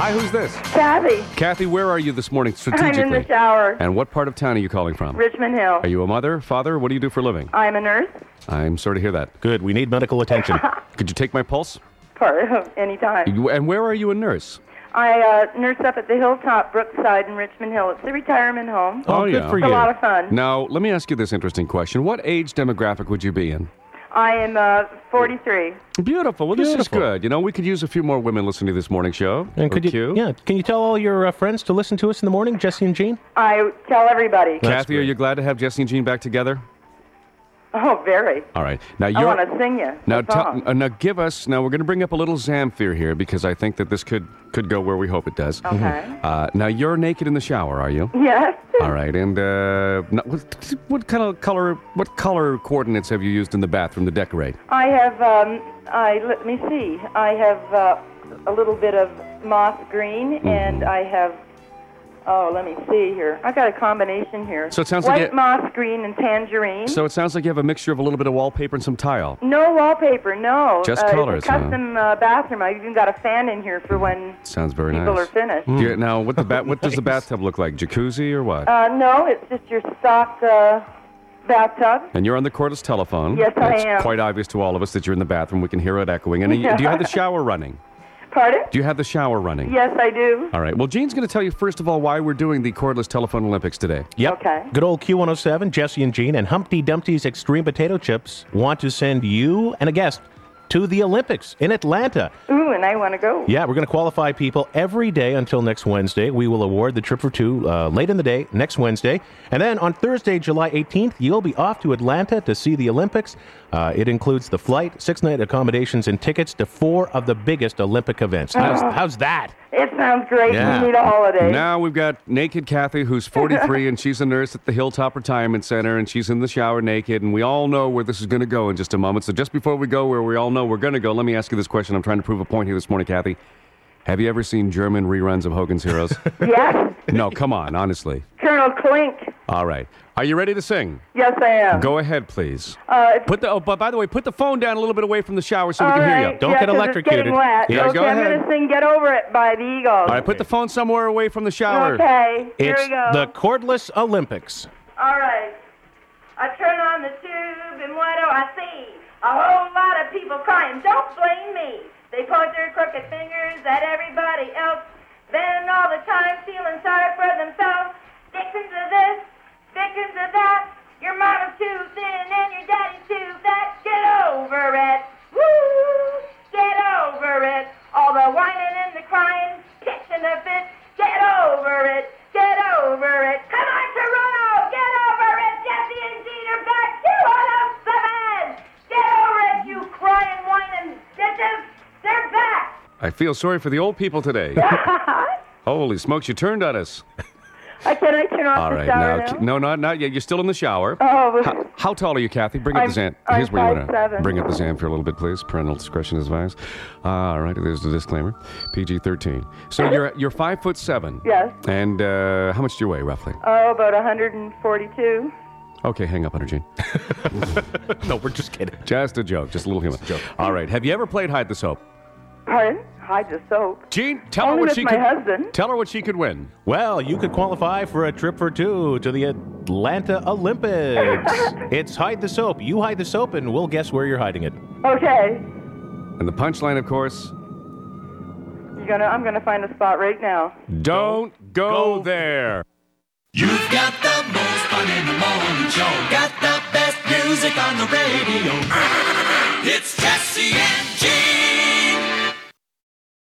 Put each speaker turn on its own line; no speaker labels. Hi, who's this?
Kathy,
Kathy, where are you this morning
I'm
strategically?
in the shower.
And what part of town are you calling from?
Richmond Hill.
Are you a mother, father? What do you do for a living?
I'm a nurse.
I'm sorry to hear that.
Good. We need medical attention.
Oh,
Could you take my pulse?
Part of any time.
You- And where are you a nurse?
I uh, nurse up at the Hilltop Brookside in Richmond Hill. It's a retirement home.
Oh, good
yeah.
for
It's a
you.
lot of fun.
Now, let me ask you this interesting question. What age demographic would you be in?
I am uh, 43.
Beautiful. Well, this is
Beautiful.
good. You know, we could use a few more women listening to this morning show.
and could
Or
you,
Q.
yeah, can you tell all your uh, friends to listen to us in the morning, Jesse and Jean?
I tell everybody.
That's
Kathy, are
great.
you glad to have Jesse and Jean back together?
Oh, very.
All right. Now
I
you're
want to sing you.
now.
a song.
Tell, uh, now give us. Now we're going to bring up a little Zamfir here because I think that this could could go where we hope it does.
Okay.
Uh, now you're naked in the shower, are you?
Yes.
All right. And uh, no- what, what kind of color? What color coordinates have you used in the bathroom to decorate?
I have, um, I, let me see. I have uh, a little bit of moss green,
Hmm.
and I have, oh, let me see here. I got a combination here.
So it sounds
White
like it-
moss green and tangerine.
So it sounds like you have a mixture of a little bit of wallpaper and some tile.
No wallpaper, no.
Just
uh,
colors,
It's a
huh?
custom uh, bathroom. I've even got a fan in here for when
Sounds very
people
nice. Hmm.
are finished.
Do you- now, what the ba- what does the
Nice.
bathtub look like? Jacuzzi or what?
Uh, no, it's just your stock uh, bathtub.
and you're on the cordless telephone.
Yes, I
It's
am.
quite obvious to all of us that you're in the bathroom. We can hear it echoing. And do you have the shower running?
Pardon?
Do you have the shower running?
Yes, I do.
All right. Well, Gene's going to tell you first of all why we're doing the cordless telephone Olympics today.
Yep.
Okay.
Good old Q107, Jesse and Jean, and Humpty Dumpty's Extreme Potato Chips want to send you and a guest to the Olympics in Atlanta.
Ooh, and I want to go.
Yeah, we're going to qualify people every day until next Wednesday. We will award the trip for two uh, late in the day next Wednesday. And then on Thursday, July 18th, you'll be off to Atlanta to see the Olympics. Uh, it includes the flight, six night accommodations, and tickets to four of the biggest Olympic events. How's, how's that?
It sounds great.
Yeah.
We need a holiday.
Now we've got naked Kathy, who's 43, and she's a nurse at the Hilltop Retirement Center, and she's in the shower naked. And we all know where this is going to go in just a moment. So just before we go where we all know we're going to go, let me ask you this question. I'm trying to prove a point here this morning, Kathy. Have you ever seen German reruns of Hogan's Heroes?
Yes.
no, come on, honestly.
Colonel Clink.
All right. Are you ready to sing?
Yes, I am.
Go ahead, please.
Uh, it's-
Put the oh, but by the way, put the phone down a little bit away from the shower so we
all
can hear
right.
you.
Don't
yeah,
get
'cause
electrocuted.
It's getting wet.
Yeah,
okay,
go
I'm
ahead.
going to sing Get Over It by the Eagles.
All right, put the phone somewhere away from the shower.
Okay. Here
It's
we go.
the Cordless Olympics.
All right. I turn on the tube, and what do I see? A whole lot of people crying. Don't blame me. They point their crooked fingers at everybody else. Then all the time feeling sorry for themselves. Dickens of this, Dickens of that. Your mama's too thin and your daddy's too fat. Get over it. Woo! Get over it. All the whining and the crying, pitching a fit. Get over it. Get over it. Come on, Toronto. Get over it. Jesse and Jean are back. You on up the man. Get over it, you crying, whining bitches. They're back.
I feel sorry for the old people today. Holy smokes, you turned on us.
Can I turn off
All right, now, K- no, not not yet. You're still in the shower.
Oh,
How, how tall are you, Kathy? Bring up
I'm-
the Zan.
I'm
Here's where you want to
5'7".
bring up the Zan for a little bit, please. Parental discretion is advised. All right, there's the disclaimer. PG-13. So you're you're five foot seven.
Yes.
And uh, how much do you weigh roughly?
oh, about 142.
Okay, hang up on her, Gene.
No, we're just kidding.
Just a joke, just a little humor.
joke.
All right, have you ever played hide the soap?
Pardon? Hide the soap.
Gene, tell
Only
her what
with
she
my
could.
husband.
Tell her what she could win.
Well, you could qualify for a trip for two to the Atlanta Olympics. it's hide the soap. You hide the soap, and we'll guess where you're hiding it.
Okay.
And the punchline, of course,
You're gonna, I'm going to find a spot right now.
don't go,
go-
there.
You've got the most fun in the morning show. Got the best music on the radio. it's Jesse and